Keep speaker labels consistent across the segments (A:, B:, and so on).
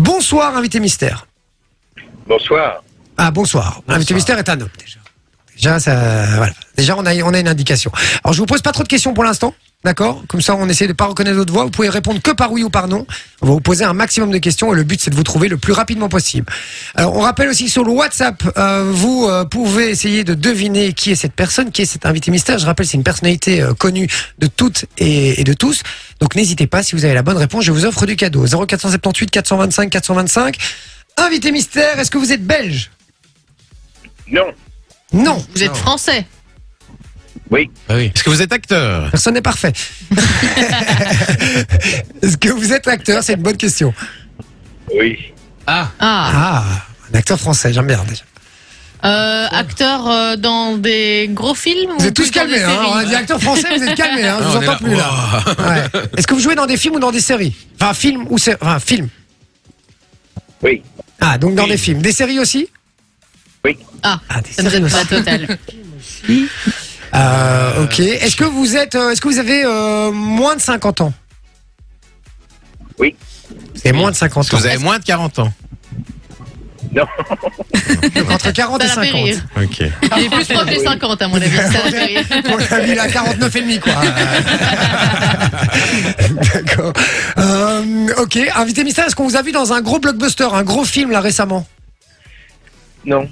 A: Bonsoir, invité mystère.
B: Bonsoir.
A: Ah, bonsoir. Invité mystère est un homme, déjà. Déjà, ça, voilà. déjà on, a, on a une indication. Alors, je vous pose pas trop de questions pour l'instant. D'accord Comme ça, on essaie de pas reconnaître votre voix. Vous pouvez répondre que par oui ou par non. On va vous poser un maximum de questions et le but, c'est de vous trouver le plus rapidement possible. Alors, on rappelle aussi que sur le WhatsApp, euh, vous euh, pouvez essayer de deviner qui est cette personne, qui est cet invité mystère. Je rappelle, c'est une personnalité euh, connue de toutes et, et de tous. Donc, n'hésitez pas, si vous avez la bonne réponse, je vous offre du cadeau. 0478 425 425. Invité mystère, est-ce que vous êtes belge
B: Non.
A: Non,
C: Vous êtes français.
B: Oui.
D: Est-ce que vous êtes acteur
A: personne n'est parfait. est-ce que vous êtes acteur C'est une bonne question.
B: Oui.
D: Ah,
C: Ah.
A: Ah, un acteur français, j'aime bien déjà.
C: Euh, acteur euh, dans des gros films
A: Vous
C: ou
A: êtes tous
C: plus dans
A: calmés,
C: des
A: hein
C: séries
A: On a dit acteur français, vous êtes calmés, hein Je vous entends plus là.
D: Oh.
A: Ouais. Est-ce que vous jouez dans des films ou dans des séries Enfin, film ou sé- enfin, film.
B: Oui.
A: Ah, donc dans
D: Oui.
A: des films. Des séries aussi
C: Ah,
A: Ah, des
C: ça ne
A: séries
C: donne
A: aussi.
C: pas total.
A: Euh, ok. Est-ce que vous êtes, euh, est-ce que vous avez euh, moins de 50 ans
B: Oui.
A: C'est moins de 50
D: Est-ce que
A: ans.
D: vous avez moins de 40 ans
B: Non.
A: Donc, entre 40 et
C: Ça l'a fait
A: 50.
C: rire.
D: Ok.
C: Il est plus proche des 50 à mon avis. Ça l'a fait rire.
A: On l'a mis à 49 et demi, quoi. D'accord. Euh, ok. Invité mystère, est-ce qu'on vous a vu dans un gros blockbuster, un gros film là récemment
B: Non.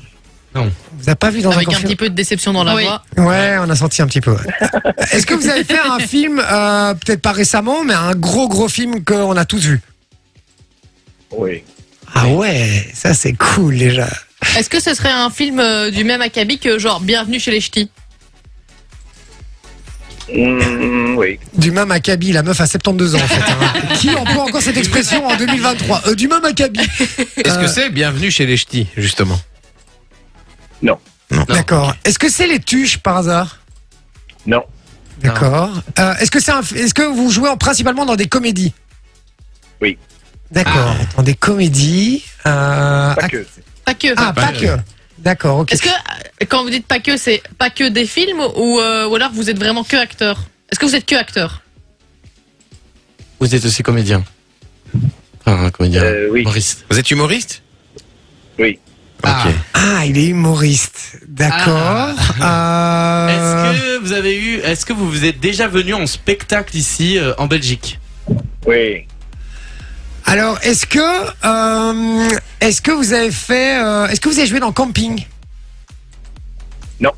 A: On vous a pas vu dans
C: Avec
A: un
C: un
A: gros film
C: petit peu de déception dans la
E: Oui.
C: voix.
A: Ouais, on a senti un petit peu. ouais. Est-ce que vous avez fait un film, euh, peut-être pas récemment, mais un gros gros film qu'on a tous vu
B: Oui.
A: Ah ouais, ça c'est cool déjà.
C: Est-ce que ce serait un film euh, du même acabit que genre Bienvenue chez les Ch'tis
B: Mm, oui.
A: Du même acabit, la meuf a 72 ans en fait. hein. Qui emploie encore cette expression en 2023 Euh, Du même acabit.
D: Est-ce
A: Euh,
D: que c'est bienvenue chez les ch'tis, justement
A: D'accord. Est-ce que c'est les tuches par hasard
B: Non.
A: D'accord. Euh, Est-ce que c'est un f- est-ce que vous jouez en- principalement dans des comédies
B: Oui. Ah.
A: D'accord. Dans des comédies. euh,
B: Pas
A: ac-
B: que.
C: Pas que.
A: Ah, pas
D: Pas
A: que. D'accord. Ok.
C: Est-ce que euh, quand vous dites pas que, c'est pas que des films ou, euh, ou alors vous êtes vraiment que acteur Est-ce que vous êtes que acteur
F: Vous êtes aussi comédien. Enfin, un comédien.
B: Euh, oui.
F: Humoriste.
D: Vous êtes humoriste
B: Oui.
D: Ah.
F: Ok.
A: Ah, il est humoriste. D'accord. Euh,
F: Ah. Est-ce que vous avez eu, est-ce que vous vous êtes déjà venu en spectacle ici euh, en Belgique
B: Oui.
A: Alors, est-ce que euh, est-ce que vous avez fait euh, est-ce que vous avez joué dans camping
B: Non.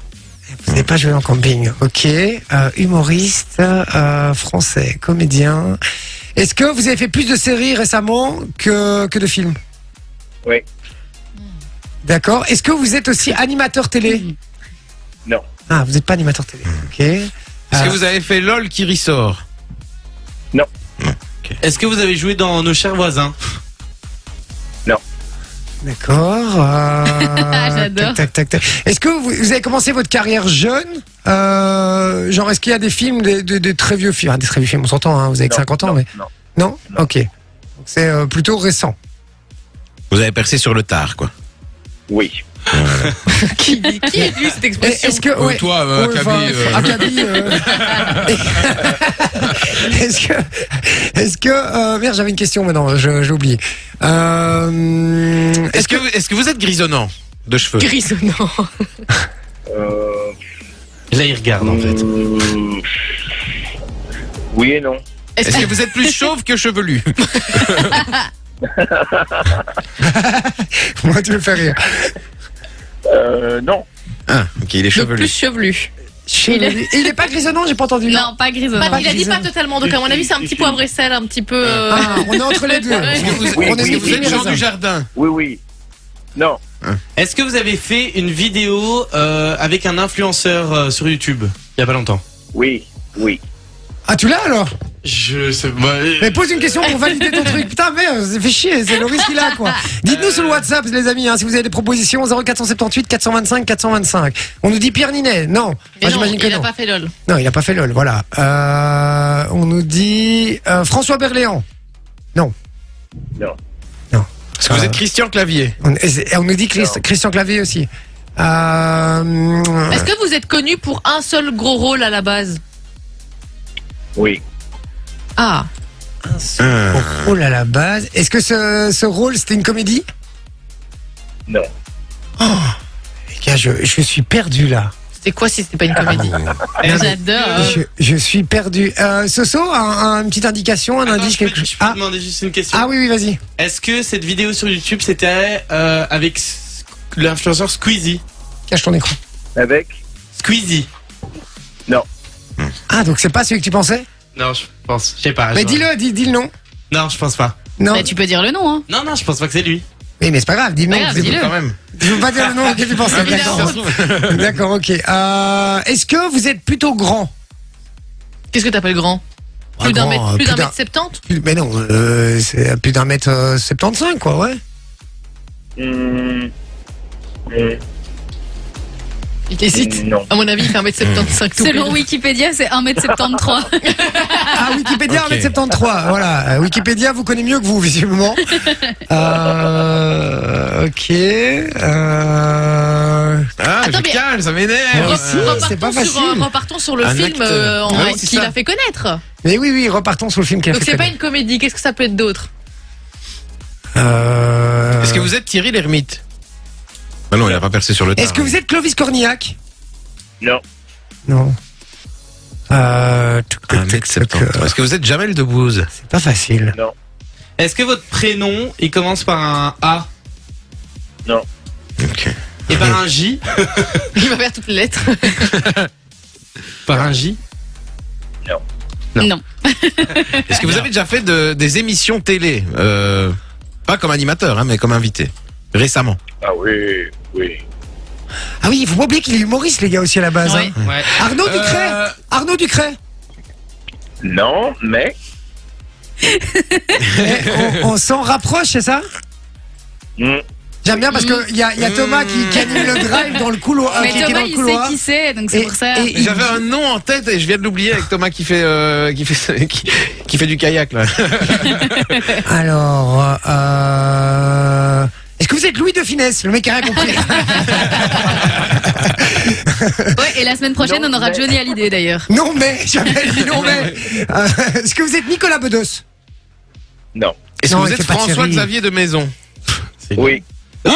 A: Vous n'avez pas joué dans camping. Ok. Euh, humoriste euh, français, comédien. Est-ce que vous avez fait plus de séries récemment que que de films
B: Oui.
A: D'accord. Est-ce que vous êtes aussi animateur télé
B: Non.
A: Ah, vous n'êtes pas animateur télé. Ok.
D: Est-ce que
A: Euh,
D: vous avez fait LOL qui ressort
F: Est-ce que vous avez joué dans Nos chers voisins
A: D'accord. euh,
C: Ah, J'adore.
A: tac, tac, tac, tac. Est-ce que vous, vous avez commencé votre carrière jeune Euh, Genre, est-ce qu'il y a des films, des, des- des très vieux films, Ah, des très vieux films, on s'entend, hein, vous avez que
B: Non,
A: 50 ans,
B: non,
A: mais
B: Non.
A: non, Ok. Donc, C'est euh, plutôt récent.
D: Vous avez percé sur le tard, quoi.
B: Oui.
C: Qui dit qui est lui cette
A: Et
C: expression
A: Est-ce que
D: Ou
A: ouais,
D: toi,
A: ouais,
D: euh, Kaby,
A: enfin,
D: euh,
A: Akabi, euh, Est-ce que est-ce que euh, merde, j'avais une question maintenant, je- j'ai oublié. Euh,
D: Est-ce que, est que vous êtes grisonnant de cheveux
C: Grisonnant.
B: Euh,
F: Là, il regarde en fait.
B: mm, oui et non.
C: Est-ce
D: Est-ce
C: que-
D: que vous êtes plus chauve que chevelu
A: moi tu me fais rire.
B: Euh, non.
D: Ah, ok, il est
C: Donc
D: chevelu.
C: plus chevelu.
A: Il est, il est pas grisonnant, j'ai pas entendu.
E: Non, pas grisonnant.
C: Pas- il a dit
A: grisonnant.
C: pas totalement, donc à mon avis c'est un petit poivre et sel, un petit peu. euh,
A: Ah, on est entre les deux.
C: Ouais.
D: Est-ce que vous-
B: Oui,
A: on est
B: oui,
D: Est-ce que vous
B: oui,
D: êtes
B: oui,
D: Jean
A: oui.
D: du Jardin
B: Oui, oui. Non.
F: Est-ce que vous avez fait une vidéo euh, avec un influenceur euh, sur YouTube il y a pas longtemps
B: Oui. Oui.
A: Ah, tu l'as alors
F: Je sais pas.
A: Mais pose une question pour valider ton truc. Putain, merde, ça fait chier, c'est le risque qu'il a, quoi. Dites-nous sur le WhatsApp, les amis, hein, si vous avez des propositions, 0478 425 425. On nous dit Pierre Ninet, non. Enfin,
C: mais non,
A: Ah, J'imagine que
C: il a
A: non.
C: pas fait lol.
A: Non, il a pas fait LOL, voilà. Euh, on nous dit euh, François Berléand.
D: Est-ce que vous êtes Christian Clavier
A: Euh, On, et c'est- et on nous dit Christ-
B: Non.
A: Christian Clavier aussi. Euh,
C: Est-ce que vous êtes connu pour un seul gros rôle à la base
B: Oui.
C: Ah.
D: Ah.
A: Bon rôle à la base. Est-ce que ce, ce rôle, c'était une comédie
B: Non.
A: Les gars, je, je suis perdu là.
C: C'était quoi si c'était pas une
A: Ah,
C: comédie
E: Ah.
C: J'adore.
A: Je, je suis perdu. Euh, Soso, un- un- une petite indication, un
F: Attends,
A: indice,
F: je peux,
A: quelque chose
F: je peux
A: ah,
F: demander juste une question.
A: ah oui, oui, vas-y.
F: Est-ce que cette vidéo sur YouTube c'était euh, avec s- l'influenceur Squeezie
A: Cache ton écran.
B: Avec
F: Squeezie
A: Ah, donc c'est pas celui que tu pensais
F: Non, je pense, je sais pas.
A: Mais
F: je-
A: dis-le, dis, dis le nom.
F: Non, je pense pas.
A: Non.
E: Bah, tu peux dire le nom, hein.
F: Non, non, je pense pas que c'est lui.
A: Oui, mais c'est pas grave, dis le
E: Pas
A: nom.
E: grave,
A: c'est-
E: dis-le.
D: Quand même.
A: Je veux pas dire le nom auquel tu pensais. D'accord, D'accord, ok. Euh, Est-ce que vous êtes plutôt grand
C: Qu'est-ce que t'appelles grand Plus
A: Ah,
C: d'un
A: grand,
C: mètre,
A: euh,
C: plus
A: plus
C: d'un
A: d'un-
C: mètre septante
A: Plus- Mais non, euh, c'est à plus d'un mètre euh, 75, quoi, ouais.
B: Hmm, hmm,
C: Il hésite.
B: Mm, Non.
C: À mon avis, il fait un mètre septante cinq tout.
E: Selon
C: pile.
E: Wikipédia, c'est 1m73.
A: Ah, Wikipédia,
D: Ok.
A: 1m73. Voilà. Euh, Wikipédia vous connaît mieux que vous, visiblement. Euh, ok. Euh...
D: Ah,
C: Attends,
D: je
C: mais-
D: calme, ça m'énerve.
A: Ouais,
D: Euh,
A: c'est
C: Repartons
A: pas
C: sur, euh,
A: facile.
C: repartons sur le
D: Un
C: film
D: acteur.
C: euh, en-
D: Ah oui, c'est
C: qui
D: ça.
C: l'a fait connaître.
A: Mais oui, oui, repartons sur le film qui a
C: Donc
A: fait
C: c'est pas
A: connaître.
C: une comédie, qu'est-ce que ça peut être d'autre
A: Euh,
D: Est-ce que vous êtes Thierry l'ermite Bah non, il a pas percé sur le
A: Est-ce que vous êtes Clovis Cornillac
B: non.
A: Non. Euh... tuc, tuc,
D: un mec
A: tuc, tuc, euh,
D: Est-ce que vous êtes Jamel Debbouze
A: C'est pas facile.
F: Est-ce que votre prénom il commence par un A
D: Ok.
F: et par un J
C: Il va faire toutes les lettres.
F: Par un J
D: Non.
E: non.
D: Est-ce que vous avez déjà fait de- des émissions télé euh, Pas comme animateur, hein, mais comme invité. Récemment.
B: Ah oui, oui.
A: Ah oui, il faut pas oublier qu'il est humoriste, les gars, aussi, à la base.
C: Ouais.
A: hein.
F: Ouais.
A: Arnaud
F: Euh,
A: Ducret Arnaud Ducret
B: Non, mais
A: Eh, on, on s'en rapproche, c'est ça
B: hmm,
A: J'aime bien parce qu'il y a,
D: Mm.
A: y a Thomas qui, qui anime le drive dans le couloir. euh,
E: Mais
A: qui, est
E: Thomas,
A: dans le
E: il sait
A: couloir.
E: qui c'est, donc c'est
A: Et-
E: pour ça.
A: et il-
D: J'avais un nom en tête et je viens de l'oublier avec Thomas qui fait, euh, qui, fait, qui, qui fait du kayak là.
A: Alors, euh, est-ce que vous êtes Louis de Finesse Le mec a rien compris.
E: Ouais, et la semaine prochaine,
B: Non,
E: on aura
B: mais-
E: Johnny Hallyday d'ailleurs.
A: non mais, j'avais dit non mais. Euh, est-ce que vous êtes Nicolas Bedos
B: non.
D: Est-ce que
A: Non,
D: vous
A: il
D: êtes
A: fait pas de série.
D: François-Xavier de Maison
B: Oui.
A: Non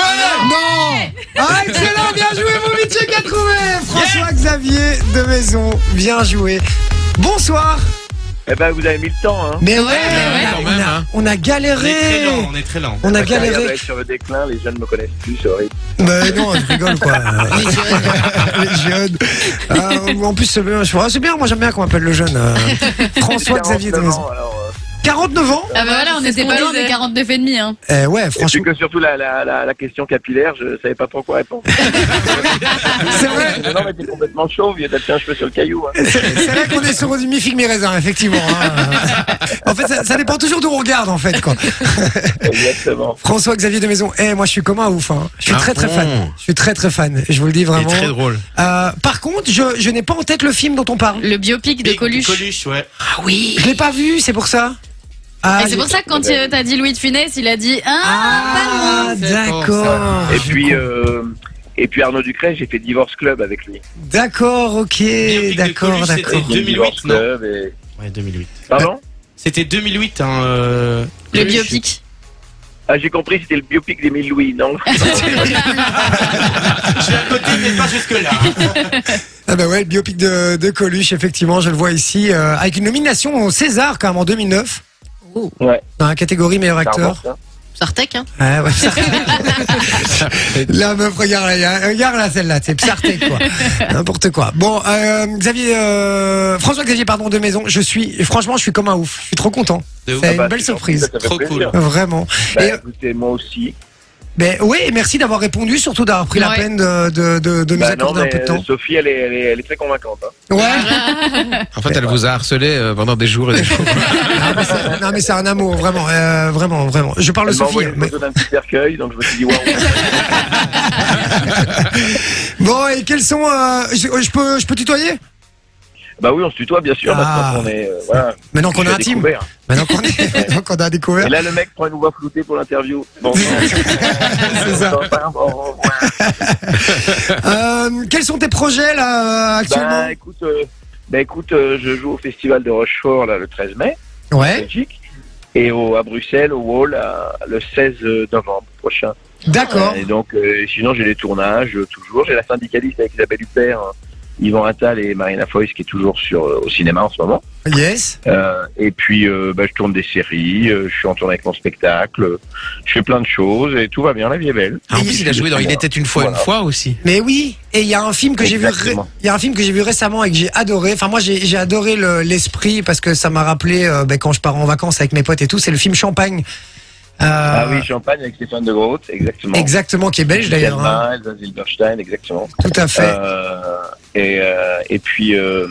A: Ah, excellent, bien joué, mon métier qui a trouvé François-Xavier de Maison, bien joué. Bonsoir
B: Eh ben, vous avez mis le temps, hein.
A: Mais ouais,
E: ouais,
A: on, a,
D: quand même, hein.
A: on a
F: On est très
A: galéré
F: lent, on est très lent.
A: On a
B: Ma carrière va
A: galéré.
B: être sur le déclin, les jeunes me connaissent plus, c'est horrible.
A: Bah non, je rigole quoi. Les jeunes. Euh, en plus, c'est bien, je- ah, c'est bien, moi j'aime bien qu'on m'appelle le jeune. euh, François-Xavier de
B: 49
A: Maison.
B: ans, alors, euh,
A: 49 ans
E: Ah bah voilà, on
C: c'est ce
E: était
C: qu'on
E: pas loin
C: disait.
E: des 49 et demi, hein.
A: Eh ouais,
B: Et puis
A: franchement,
B: que surtout la, la, la, la question capillaire, je savais pas trop quoi répondre.
A: c'est vrai.
B: non, mais t'es complètement chauve, il y a peut-être un cheveu sur le caillou. Hein.
A: C'est c'est vrai qu'on est sur du mi-figue mi-raisin, effectivement. hein. En fait, ça, ça dépend toujours d'où on regarde, en fait. Quoi.
B: Exactement.
A: François-Xavier de Maison, eh, moi je suis comme un ouf. hein. Je suis
D: Ah
A: très très
D: bon
A: fan. Je suis très très fan, je vous le dis
D: Il est
A: vraiment.
D: très drôle.
A: Euh, par contre, je, je n'ai pas en tête le film dont on parle.
E: Le biopic de
F: Big
E: Coluche.
F: Coluche, ouais.
A: Ah oui Je l'ai pas vu, c'est pour ça Ah,
E: Et c'est
A: j'ai-
E: pour ça que quand euh, t'as dit Louis de Funès, il a dit Ah,
A: Ah,
F: pas loin.
A: d'accord.
B: Et puis, euh, et puis Arnaud Ducret, j'ai fait Divorce Club avec lui.
A: D'accord, ok,
F: Biopic de
A: d'accord,
F: Coluche,
A: d'accord.
F: c'était- 2008,
B: Divorce
F: non
B: Club et...
F: Ouais, 2008.
B: Pardon
F: C'était 2008, hein. euh,
E: Le
F: Coluche.
E: biopic.
B: Ah, j'ai compris, c'était le biopic d'Émile Louis, non
F: Je suis à côté, mais pas jusque-là.
A: Ah bah ouais, le biopic de, de Coluche, effectivement, je le vois ici, euh, avec une nomination au César quand même en 2009.
B: Ouais.
A: Dans la catégorie meilleur
B: Ça
A: acteur.
B: remonte, hein.
C: Sartek, hein
A: Ah Ouais, ouais, ça- la meuf, regarde, là, regarde là, celle-là, c'est psarté quoi. N'importe quoi. Bon, euh, Xavier, euh, François Xavier, pardon, de maison, je suis, franchement, je suis comme un ouf, je suis trop content.
F: De ouf.
A: C'est Ah,
B: Bah,
A: une belle
B: c'est gentil,
A: surprise.
B: ça, ça fait
F: Trop
B: plaisir.
A: Vraiment.
B: Bah,
A: Et- euh,
B: écoutez, moi aussi.
A: Mais oui, merci d'avoir répondu, surtout d'avoir pris la
E: Ouais.
A: peine de, de, de, de nous
B: Bah, non,
A: accorder un
B: mais
A: peu de temps. Oh,
B: Sophie, elle est, elle, est, elle est très convaincante. hein.
A: Ouais.
D: En fait, elle vous a harcelé euh, pendant des jours et des jours.
A: Ah, mais c'est- non mais c'est un amour, vraiment, euh, vraiment, vraiment. Je parle de
B: Elle m'a
A: Sophie.
B: envoyé une
A: mais-
B: photo d'un petit cercueil, donc je me suis dit, waouh.
A: Bon, et quels sont... euh, je, je peux, je peux tutoyer
B: bah oui, on se tutoie, bien sûr,
A: Ah.
B: maintenant qu'on est. euh, voilà,
A: Maintenant qu'on est
B: je suis à
A: intime.
B: découvert.
A: Maintenant qu'on est- maintenant qu'on a découvert.
B: Et là, le mec prend une voix floutée pour l'interview. Bon,
A: C'est ça. Euh, quels sont tes projets là euh, actuellement
B: Bah écoute, euh, bah, écoute euh, je joue au festival de Rochefort là, le 13 mai, en
A: Ouais.
B: Belgique. et au, à Bruxelles, au Wall, à- le 16 novembre prochain.
A: D'accord.
B: Et donc, euh, sinon, j'ai les tournages, euh, toujours. J'ai la syndicaliste avec Isabelle Huppert, hein, Yvan Attal et Marina Foïs, qui est toujours sur, euh, au cinéma en ce moment.
A: Yes.
B: Euh, et puis, euh, bah, je tourne des séries, euh, je suis en tournée avec mon spectacle, euh, je fais plein de choses et tout va bien, la vie est belle.
D: Ah, en plus, il a joué dans Il était une fois,
B: Voilà.
D: une fois aussi.
A: Mais oui, et il y a un film que j'ai vu, ré-
B: Exactement.
A: il y a un film que j'ai vu récemment et que j'ai adoré. Enfin, moi, j'ai j'ai adoré le- l'esprit parce que ça m'a rappelé euh, ben, quand je pars en vacances avec mes potes et tout. C'est le film Champagne. Euh,
B: Ah oui, Champagne avec Stéphane de Groot, exactement.
A: exactement, qui est belge d'ailleurs. hein.
B: Delma, Elsa Zilberstein, exactement.
A: Tout à fait.
B: Euh, et, euh, et puis, euh,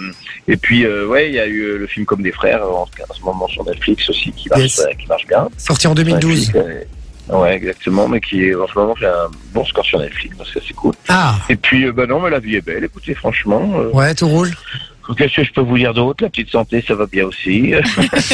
B: et puis euh, ouais, il y a eu le film Comme des frères, en, en ce moment sur Netflix aussi, qui marche,
A: Yes.
B: euh, qui marche bien.
A: Sorti en 2012.
B: Netflix, euh, ouais, exactement, mais qui est en ce moment fait un bon score sur Netflix, donc ça c'est cool.
A: Ah.
B: Et puis, euh, bah non, mais la vie est belle, écoutez, franchement. euh,
A: Ouais, tout roule.
B: Qu'est-ce que je peux vous dire d'autre La petite santé, ça va bien aussi.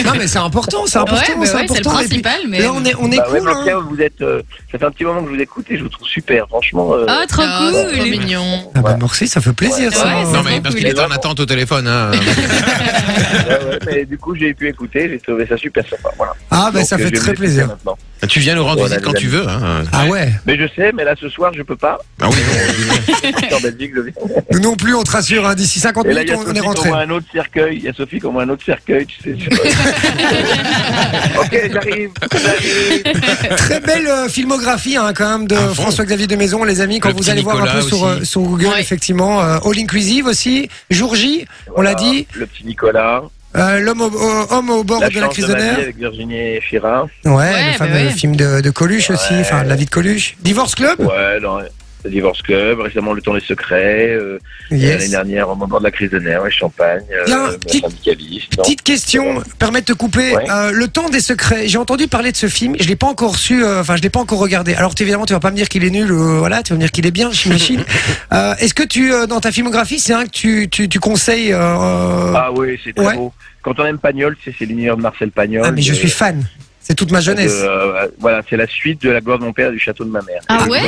A: Non, mais c'est important, c'est important,
E: ouais, bah
A: c'est
E: ouais, c'est le
A: important. Et puis,
E: principal, mais.
A: Là, on est, on est
B: Bah ouais,
A: cool.
B: mais en tout
A: hein.
B: cas, vous êtes. euh, ça fait un petit moment que je vous écoute et je vous trouve super, franchement. euh,
E: Oh, trop
C: Ah, c'est trop
E: cool!
C: mignon.
A: Ah bah merci, ça fait plaisir.
E: Ouais,
A: ça.
D: Non,
E: c'est vraiment
D: mais parce
E: cool.
D: qu'il était en attente au téléphone. hein.
B: ouais, ouais, mais du coup, j'ai pu écouter, j'ai trouvé ça super sympa. Voilà.
A: Ah bah
B: Donc,
A: ça
B: euh, je
A: fait
B: vais
A: très
B: vous laisser
A: plaisir.
B: maintenant.
D: Ah, tu viens nous rendre
B: Voilà,
D: visite quand
B: les
D: tu veux. Hein.
A: Ah ouais.
B: Mais je sais, mais là ce soir, je peux pas.
D: Ah oui, non.
B: Je suis en Belgique, je vais.
A: Nous non plus, on te rassure, hein, d'ici 50
B: Et là,
A: minutes,
B: il y a
A: on on
B: Sophie
A: est
B: qui
A: rentré.
B: envoie un autre cercueil. Il y a Sophie qui envoie un autre cercueil, tu sais. je sais pas. ok, j'arrive. j'arrive.
A: Très belle euh, filmographie hein, quand même de
D: Ah bon
A: François-Xavier de Maison, les amis, quand
D: Le
A: vous
D: petit
A: allez voir un
D: Nicolas
A: peu sur,
D: aussi.
A: euh, sur Google,
C: Ouais.
A: effectivement. euh, All Inclusive aussi, Jour J, on l'a
B: Voilà,
A: dit,
B: Le petit Nicolas.
A: euh, L'homme au, au- homme au bord
B: La
A: de la
B: chance
A: crise
B: de
A: de
B: ma vie
A: nerfs.
B: avec Virginie Fira.
A: Ouais,
E: Ouais,
A: le
E: bah
A: fameux
E: ouais.
A: film de, de Coluche aussi,
B: Ouais.
A: enfin la vie de Coluche. Divorce Club
B: Ouais, dans le Divorce Club. Récemment, Le Temps des Secrets. euh, L'année
A: Yes.
B: dernière, au moment de la crise de nerfs, ouais, Champagne. euh,
A: Tiens,
B: la
A: petite-
B: syndicaliste. non.
A: Petite question, permets de te couper.
B: Ouais.
A: Euh, le temps des secrets. J'ai entendu parler de ce film. Je l'ai pas encore su. euh, Enfin, je l'ai pas encore regardé. Alors, tu- évidemment, tu vas pas me dire qu'il est nul. euh, voilà, tu vas me dire qu'il est bien. J'imagine. euh, Est-ce que tu, euh, dans ta filmographie, c'est un que tu, tu, tu conseilles euh, ah,
B: Ah oui, c'est très
A: Ouais. Ah,
B: beau. Quand on aime Pagnol, c'est c'est l'univers de Marcel Pagnol.
A: mais je
B: euh,
A: suis fan. C'est toute ma jeunesse.
B: de, euh, voilà, c'est la suite de La gloire de mon père et du château de ma mère.
E: Ah
B: Et
E: ouais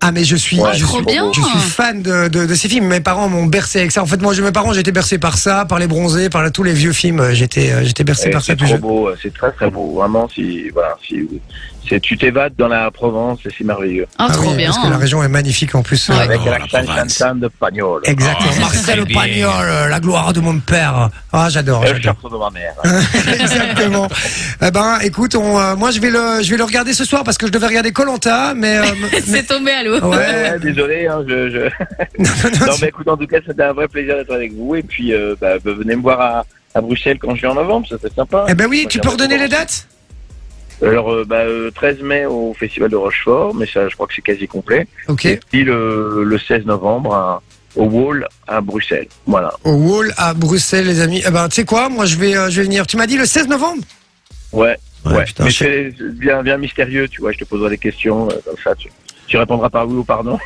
A: Ah, mais je suis,
B: Ouais,
A: je,
E: Trop
A: suis
E: bien!
A: je suis fan de, de, de ces films. Mes parents m'ont bercé avec ça. En fait, moi, je- mes parents, j'étais bercé par ça, par les bronzés, par la- tous les vieux films. Euh, J'étais, euh, j'étais bercé
B: C'est
A: par ça.
B: c'est
A: plus
B: trop
A: jeune.
B: beau, euh, c'est très très beau. Vraiment, si voilà, si c'est- tu t'évades dans la Provence, et c'est merveilleux.
E: Oh,
A: Ah
E: trop
A: oui,
E: bien!
A: Parce que la région est magnifique en plus.
E: Ouais.
A: Euh,
B: Avec
D: non, la
B: l'accent
D: Provence.
B: chantant de Pagnol.
A: Exactement.
D: Oh, ça,
A: Marcel
D: c'est bien.
A: Pagnol, euh, la gloire de mon père. Ah, j'adore,
B: Et le
A: j'adore.
B: château de ma mère.
A: Exactement. Eh ben, écoute, on, euh, moi je vais le, je vais le regarder ce soir parce que je devais regarder Colanta, mais, euh, m- mais-
E: C'est tombé à l'eau!
A: ouais.
B: Ouais, désolé, hein, je, je...
A: Non, non,
B: Non,
A: tu-
B: mais écoute, en tout cas, c'était un vrai plaisir d'être avec vous. Et puis, euh, bah, bah, venez me voir à, à Bruxelles quand je suis en novembre, ça c'est sympa.
A: Eh ben oui, tu peux
B: Regardez
A: redonner les
B: Provence.
A: dates
B: Alors, euh, bah, euh, 13 mai au Festival de Rochefort, mais ça, je crois que c'est quasi complet.
A: Ok.
B: Et puis le, le 16 novembre à- au Wall à Bruxelles. Voilà.
A: Au Wall à Bruxelles, les amis. Eh ben, tu sais quoi Moi, je vais, euh, je vais venir. Tu m'as dit le 16 novembre
B: Ouais, ouais.
D: putain,
B: mais
D: je-
B: c'est bien, bien mystérieux, tu vois. Je te poserai des questions euh, comme ça. Tu, tu répondras par oui ou par non.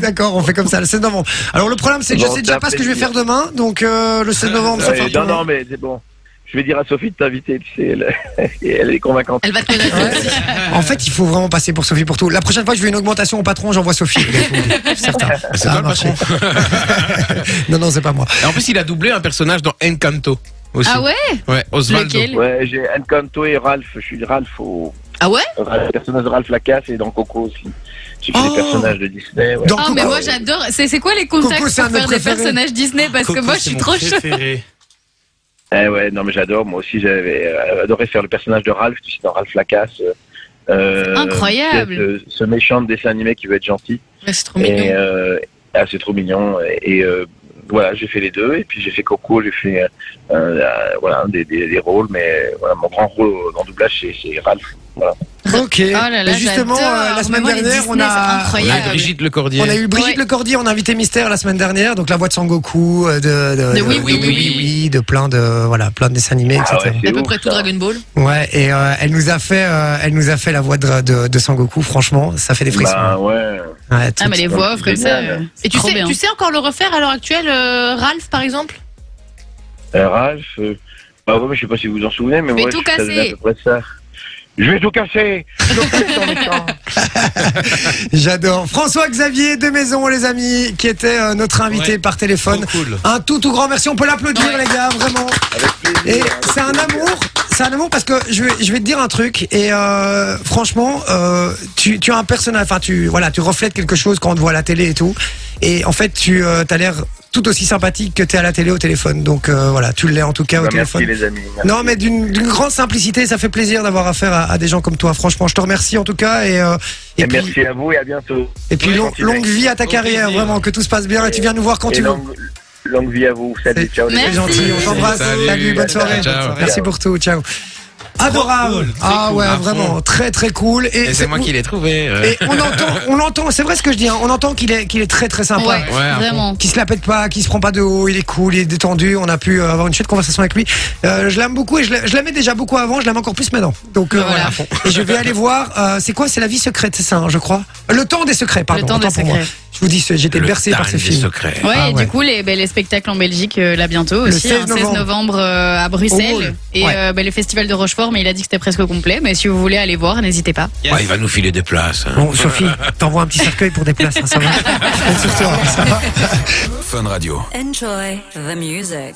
A: D'accord, on fait comme ça, le 16 novembre. Alors, le problème, c'est que je
B: Bon,
A: sais déjà pas ce que je vais
B: plaisir.
A: faire demain, donc euh, le 16 novembre, ça
B: Ouais,
A: fera
B: non, non, mais c'est bon. Je vais dire à Sophie de t'inviter, tu sais, elle, elle est convaincante.
C: Elle va te menacer.
A: Ouais. En fait, il faut vraiment passer pour Sophie pour tout. La prochaine fois que je veux une augmentation au patron, j'envoie Sophie. Certain.
D: c'est
A: Ça
D: toi
A: a
D: le
A: marché.
D: patron.
A: non, non, c'est pas moi.
D: Et en plus, il a doublé un personnage dans Encanto. Aussi.
E: Ah ouais?
D: Ouais, Osvaldo.
E: Lequel?
B: Ouais, j'ai Encanto et Ralph. Je suis Ralph au.
C: Ah ouais
B: Ralph- Le personnage de Ralph Lacasse et dans Coco aussi. J'ai fait
A: Oh
B: des personnages de Disney. ouais.
A: Dans
E: Oh,
C: Ah,
A: Coco-
E: mais moi j'adore! C'est c'est quoi les contacts
A: Coco,
E: pour
A: c'est un
E: faire
A: de mes
E: des
A: préférés.
E: personnages Disney? Parce que
F: Coco,
E: moi je
F: c'est
E: suis
F: mon
E: trop chaude!
F: préféré.
B: Eh ouais, non, mais j'adore. Moi aussi, j'avais euh, adoré faire le personnage de Ralph, tu sais, dans Ralph Lacasse. euh, Euh,
E: incroyable.
B: Ce, ce méchant de dessin animé qui veut être gentil.
C: Ouais, C'est trop mignon.
B: Et, euh, ah, c'est trop mignon. Et, euh, voilà, j'ai fait les deux. Et puis j'ai fait Coco, j'ai fait euh, euh, voilà, des, des, des rôles. Mais voilà, mon grand rôle dans le doublage, c'est- c'est Ralph.
A: Ok.
E: là Oh là,
A: Et justement,
E: j'adore.
A: euh, la semaine
E: Mais moi, les
A: dernière, on
E: Disney, c'est
A: a.
D: On a eu
E: incroyable.
D: Brigitte Lecordier.
A: On a eu Brigitte
E: Ouais.
A: Lecordier en invité mystère la semaine dernière, donc la voix de Sangoku, euh, de,
C: De Oui, oui, oui.
A: de plein de voilà, plein de dessins animés,
B: Ah
A: etc.
B: ouais, c'est
C: à peu
B: ouf,
C: près tout
B: ça.
C: Dragon Ball.
A: Ouais, et euh, elle nous a fait, euh, elle nous a fait la voix de, de, de Sangoku. Franchement, ça fait des frissons.
B: Bah, ouais.
A: Ouais, tout-
E: Ah, mais les voix off comme ça!
B: Génial.
E: euh,
C: Et tu
E: trop
C: sais,
E: bien.
C: tu sais encore le refaire à l'heure actuelle, euh, Ralph par exemple
B: Euh, Ralph, euh, bah ouais, mais je sais pas si vous vous en souvenez, mais,
E: Mais
B: moi,
E: tout
B: je- ça
E: cassé.
B: donnait à peu près ça. Je vais tout casser. Je pète ton écran.
A: J'adore. François-Xavier de Maison, les amis, qui était euh, notre invité
F: Ouais.
A: par téléphone.
F: Trop cool.
A: Un tout, tout grand merci. On peut l'applaudir, les gars, vraiment.
B: Avec
A: Et
B: plaisir.
A: Eh, c'est un amour. C'est un amour parce que je vais, je vais te dire un truc et euh, franchement, euh, tu, tu as un personnage, enfin tu voilà, tu reflètes quelque chose quand on te voit à la télé et tout. Et en fait, tu as l'air tout aussi sympathique que t'es à la télé au téléphone. Donc euh, voilà, tu l'es en tout cas
B: Bah,
A: au
B: merci
A: téléphone.
B: les amis. Merci.
A: Non, mais d'une d'une grande simplicité, ça fait plaisir d'avoir affaire à, à des gens comme toi. Franchement, je te remercie en tout cas et euh, et,
B: Et
A: puis,
B: merci à vous et à bientôt.
A: et puis
F: Ouais,
A: long-
B: gentil, mec.
A: longue vie à ta
F: Au
A: carrière,
F: plaisir.
A: vraiment que tout se passe bien et tu viens nous voir quand
B: Et
A: tu veux.
B: longue, longue vie à vous. Salut,
A: C'est-
B: ciao les
E: Merci.
A: C'est
B: amis.
A: gentil, on t'embrasse.
D: Salut.
A: Salut, bonne soirée.
D: Ciao.
A: Merci pour tout, ciao. Adorable.
F: cool, très
A: ah
F: cool,
A: ouais,
F: à
A: vraiment,
F: fond.
A: très très cool.
D: Et c'est moi qui l'ai trouvé. euh.
A: Et on entend, on l'entend, c'est vrai ce que je dis, hein, on entend qu'il est, qu'il est très très sympa.
E: Ouais,
D: Ouais, à
E: vraiment.
A: Qui se la pète pas, qui se prend pas de haut, il est cool, il est détendu. On a pu euh, avoir une chouette conversation avec lui. Euh, je l'aime beaucoup et je l'a- je l'aimais déjà beaucoup avant, je l'aime encore plus maintenant. Donc euh, voilà.
E: Voilà.
A: Et je vais aller voir. euh, c'est quoi C'est la vie secrète, c'est ça, hein, je crois. Le temps des secrets, pardon.
E: temps des
A: autant pour moi.
E: secrets.
A: Je vous dis, c'est- j'étais
D: Le
A: bercé par ce
D: dingue des
A: film.
D: secrets.
E: Ouais,
A: Ah
E: et
A: ouais.
E: du coup, les, ben, les spectacles en Belgique, euh, là bientôt
A: Le
E: aussi,
A: 16
E: hein, 16
A: novembre.
E: novembre, euh, à Bruxelles.
A: Hall.
E: Et
A: Ouais.
E: euh, ben, le festival de Rochefort, mais il a dit que c'était presque complet. Mais si vous voulez aller voir, n'hésitez pas.
F: Yes.
D: Ouais, il va nous filer des places. hein.
A: Bon, Sophie, t'envoies un petit cercueil pour des places, hein, ça va. Je compte sur toi, ça va.
G: Enjoy the music.